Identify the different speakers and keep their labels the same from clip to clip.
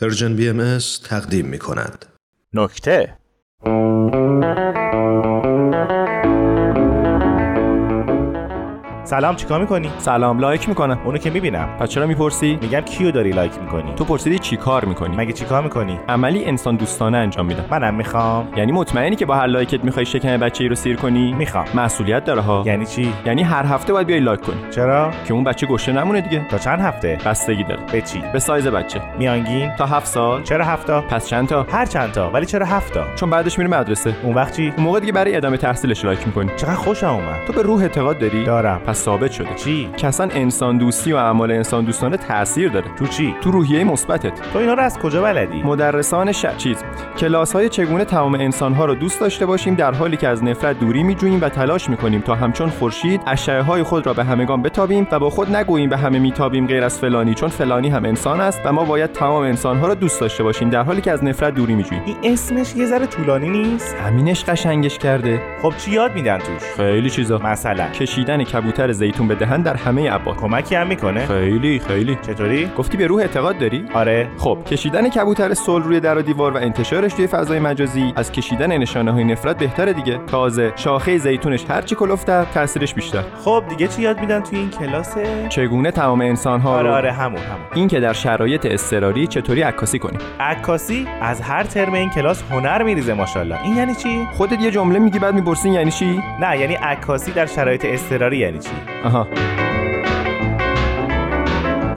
Speaker 1: پرژن بی ام از تقدیم می کند.
Speaker 2: نکته سلام چیکار میکنی؟
Speaker 3: سلام لایک میکنم
Speaker 2: اونو که میبینم
Speaker 3: پس چرا میپرسی
Speaker 2: میگم کیو داری لایک میکنی؟
Speaker 3: تو پرسیدی چی کار میکنی
Speaker 2: مگه چیکار میکنی؟
Speaker 3: عملی انسان دوستانه انجام میدم
Speaker 2: منم میخوام
Speaker 3: یعنی مطمئنی که با هر لایکت میخوای شکم بچه ای رو سیر کنی
Speaker 2: میخوام
Speaker 3: مسئولیت داره ها
Speaker 2: یعنی چی؟
Speaker 3: یعنی هر هفته باید بیای لایک کنی
Speaker 2: چرا؟
Speaker 3: که اون بچه گوشه نمونه دیگه
Speaker 2: تا چند هفته؟
Speaker 3: بستگی داره
Speaker 2: به چی؟
Speaker 3: به سایز بچه
Speaker 2: میانگین؟
Speaker 3: تا هفت سال
Speaker 2: چرا هفتا؟
Speaker 3: پس چند تا
Speaker 2: هر چند تا ولی چرا هفتا؟
Speaker 3: چون بعدش میره مدرسه
Speaker 2: اون وقت چی؟
Speaker 3: اون موقع دیگه برای ادامه تحصیلش لایک میکنی
Speaker 2: چقدر خوشم اومد
Speaker 3: تو به روح اعتقاد داری
Speaker 2: دارم
Speaker 3: پس ثابت شده
Speaker 2: چی؟
Speaker 3: که اصلا انسان دوستی و اعمال انسان دوستانه تاثیر داره
Speaker 2: تو چی؟
Speaker 3: تو روحیه مثبتت
Speaker 2: تو اینا رو از کجا بلدی؟
Speaker 3: مدرسان ش... چیز کلاس های چگونه تمام انسان ها را دوست داشته باشیم در حالی که از نفرت دوری میجوییم و تلاش میکنیم تا همچون خورشید اشعه های خود را به همگان بتابیم و با خود نگوییم به همه میتابیم غیر از فلانی چون فلانی هم انسان است و ما باید تمام انسان ها را دوست داشته باشیم در حالی که از نفرت دوری میجوییم
Speaker 2: این اسمش یه ذره طولانی نیست؟
Speaker 3: همینش قشنگش کرده
Speaker 2: خب چی یاد میدن توش؟
Speaker 3: خیلی چیزا
Speaker 2: مثلا
Speaker 3: کشیدن کبوتر زیتون به دهن در همه ابعاد
Speaker 2: کمکی هم میکنه؟
Speaker 3: خیلی خیلی
Speaker 2: چطوری؟
Speaker 3: گفتی به روح اعتقاد داری
Speaker 2: آره
Speaker 3: خب کشیدن کبوتر صلح روی در و دیوار و انتشارش توی فضای مجازی از کشیدن نشانه های نفرت بهتره دیگه تازه شاخه زیتونش هرچی کلفتر تاثیرش بیشتر
Speaker 2: خب دیگه چی یاد میدن توی این کلاس؟
Speaker 3: چگونه تمام انسان ها
Speaker 2: آره آره همون همون
Speaker 3: این که در شرایط اضطراری چطوری عکاسی کنیم
Speaker 2: عکاسی از هر ترم این کلاس هنر میریزه ماشاءالله این یعنی چی؟
Speaker 3: خودت یه جمله میگی بعد میپرسین یعنی چی
Speaker 2: نه یعنی عکاسی در شرایط اضطراری یعنی چی؟
Speaker 3: آها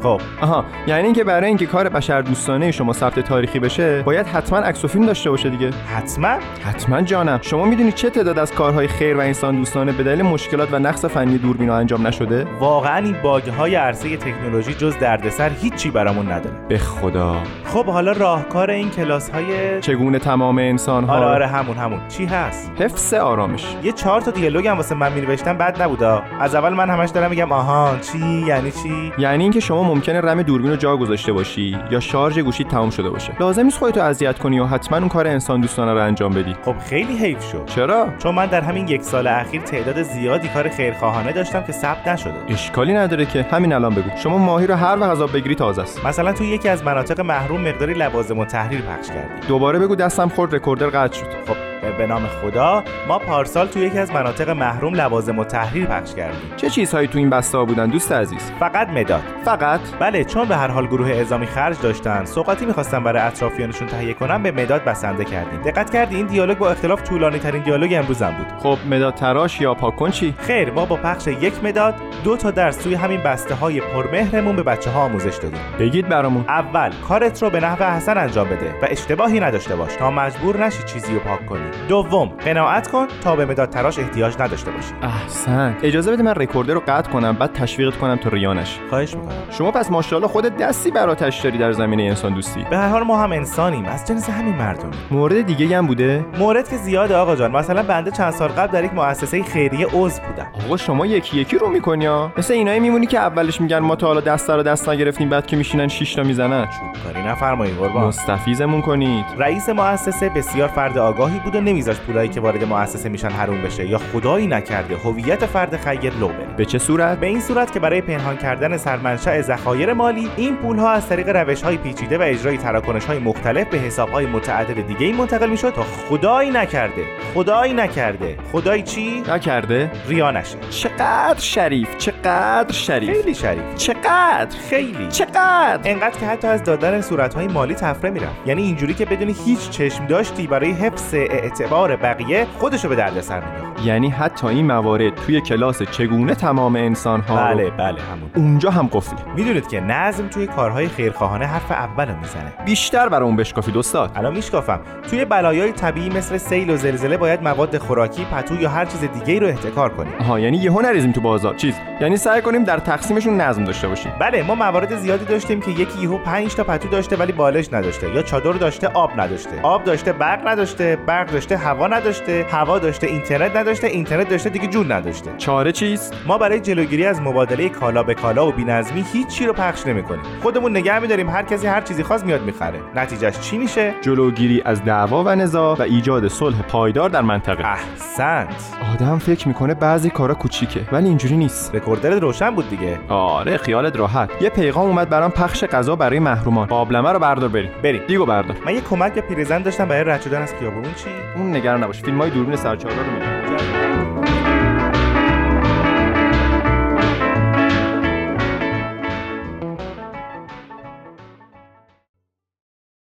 Speaker 2: خب
Speaker 3: آها یعنی اینکه برای اینکه کار بشر دوستانه شما ثبت تاریخی بشه باید حتما عکس و فیلم داشته باشه دیگه
Speaker 2: حتما
Speaker 3: حتما جانم شما میدونید چه تعداد از کارهای خیر و انسان دوستانه به دلیل مشکلات و نقص فنی دوربینا انجام نشده
Speaker 2: واقعا این باگ های عرصه تکنولوژی جز دردسر هیچی برامون نداره
Speaker 3: به خدا
Speaker 2: خب حالا راهکار این کلاس های
Speaker 3: چگونه تمام انسان ها
Speaker 2: آره آره همون همون چی هست
Speaker 3: حفظ آرامش
Speaker 2: یه چهار تا دیالوگ هم واسه من می نوشتم بد نبودا از اول من همش دارم میگم آهان چی یعنی چی
Speaker 3: یعنی اینکه شما ممکنه رم دوربین رو جا گذاشته باشی یا شارژ گوشی تمام شده باشه لازم نیست خودتو اذیت کنی و حتما اون کار انسان دوستانه رو انجام بدی
Speaker 2: خب خیلی حیف شد
Speaker 3: چرا
Speaker 2: چون من در همین یک سال اخیر تعداد زیادی کار خیرخواهانه داشتم که ثبت نشده
Speaker 3: اشکالی نداره که همین الان بگو شما ماهی رو هر وقت غذا بگیری تازه است
Speaker 2: مثلا توی یکی از مناطق محروم مقداری لوازم و تحریر پخش کردیم
Speaker 3: دوباره بگو دستم خورد رکوردر قطع شد
Speaker 2: خب به نام خدا ما پارسال توی یکی از مناطق محروم لوازم و تحریر پخش کردیم
Speaker 3: چه چیزهایی تو این بسته ها بودن دوست عزیز
Speaker 2: فقط مداد
Speaker 3: فقط
Speaker 2: بله چون به هر حال گروه اعزامی خرج داشتن سوقاتی میخواستن برای اطرافیانشون تهیه کنن به مداد بسنده کردیم دقت کردی این دیالوگ با اختلاف طولانی ترین دیالوگ امروزم بود
Speaker 3: خب مداد تراش یا پاکن چی
Speaker 2: خیر ما با پخش یک مداد دو تا درس توی همین بسته های پرمهرمون به بچه ها آموزش دادیم
Speaker 3: بگید برامون
Speaker 2: اول کارت رو به نحو حسن انجام بده و اشتباهی نداشته باش تا مجبور نشی چیزی رو پاک کنی دوم قناعت کن تا به مداد تراش احتیاج نداشته باشی
Speaker 3: احسن اجازه بده من رکوردر رو قطع کنم بعد تشویقت کنم تا ریانش
Speaker 2: خواهش میکنم
Speaker 3: شما پس ماشاءالله خودت دستی برات داری در زمینه انسان دوستی
Speaker 2: به هر حال ما هم انسانیم از جنس همین مردم
Speaker 3: مورد دیگه هم بوده
Speaker 2: مورد که زیاده آقا جان مثلا بنده چند سال قبل در یک مؤسسه خیریه عضو بودم
Speaker 3: آقا شما یکی یکی رو میکنی ها مثل اینایی میمونی که اولش میگن ما تا حالا دست رو دست نگرفتیم بعد که میشینن شش تا میزنن
Speaker 2: کاری نفرمایید قربان
Speaker 3: مستفیزمون کنید
Speaker 2: رئیس مؤسسه بسیار فرد آگاهی بود و نمیذاشت پولایی که وارد مؤسسه میشن حروم بشه یا خدایی نکرده هویت فرد خیر لو بره
Speaker 3: به چه صورت
Speaker 2: به این صورت که برای پنهان کردن سرمنشأ ذخایر مالی این پولها از طریق روش های پیچیده و اجرای تراکنش های مختلف به حساب های متعدد دیگه منتقل میشد تا خدایی نکرده خدایی نکرده خدایی چی
Speaker 3: نکرده
Speaker 2: ریا نشه
Speaker 3: چقدر شریف چقدر شریف
Speaker 2: خیلی شریف
Speaker 3: چقدر
Speaker 2: خیلی
Speaker 3: چقدر
Speaker 2: انقدر که حتی از دادن صورتهای مالی تفره میرفت یعنی اینجوری که بدون هیچ چشم داشتی برای حفظ اعتبار بقیه خودشو به دردسر مینداخت
Speaker 3: یعنی حتی این موارد توی کلاس چگونه تمام انسان ها
Speaker 2: بله بله همون
Speaker 3: اونجا هم قفله
Speaker 2: میدونید که نظم توی کارهای خیرخواهانه حرف اولو میزنه
Speaker 3: بیشتر برای اون بشکافید استاد
Speaker 2: الان میشکافم توی بلایای طبیعی مثل سیل و زلزله باید مواد خوراکی پتو یا هر چیز دیگه ای رو احتکار کنیم
Speaker 3: آها یعنی یهو نریزیم تو بازار چیز یعنی سعی کنیم در تقسیمشون نظم داشته باشیم
Speaker 2: بله ما موارد زیادی داشتیم که یکی یهو 5 تا پتو داشته ولی بالش نداشته یا چادر داشته آب نداشته آب داشته برق نداشته برق داشته داشته هوا نداشته هوا داشته اینترنت نداشته اینترنت داشته دیگه جون نداشته
Speaker 3: چاره چیست
Speaker 2: ما برای جلوگیری از مبادله کالا به کالا و بینظمی هیچی رو پخش نمیکنیم خودمون نگه میداریم هر کسی هر چیزی خواست میاد میخره نتیجهش چی میشه
Speaker 3: جلوگیری از دعوا و نزاع و ایجاد صلح پایدار در منطقه
Speaker 2: احسنت
Speaker 3: آدم فکر میکنه بعضی کارا کوچیکه ولی اینجوری نیست
Speaker 2: رکوردرت روشن بود دیگه
Speaker 3: آره خیالت راحت یه پیغام اومد برام پخش غذا برای محرومان قابلمه رو بردار بریم
Speaker 2: بریم
Speaker 3: دیگو بردار
Speaker 2: من یه کمک به پیرزن داشتم برای رد شدن از خیابون اون چی
Speaker 3: اون نگران نباش فیلم های دوربین سرچاله رو می‌بینی.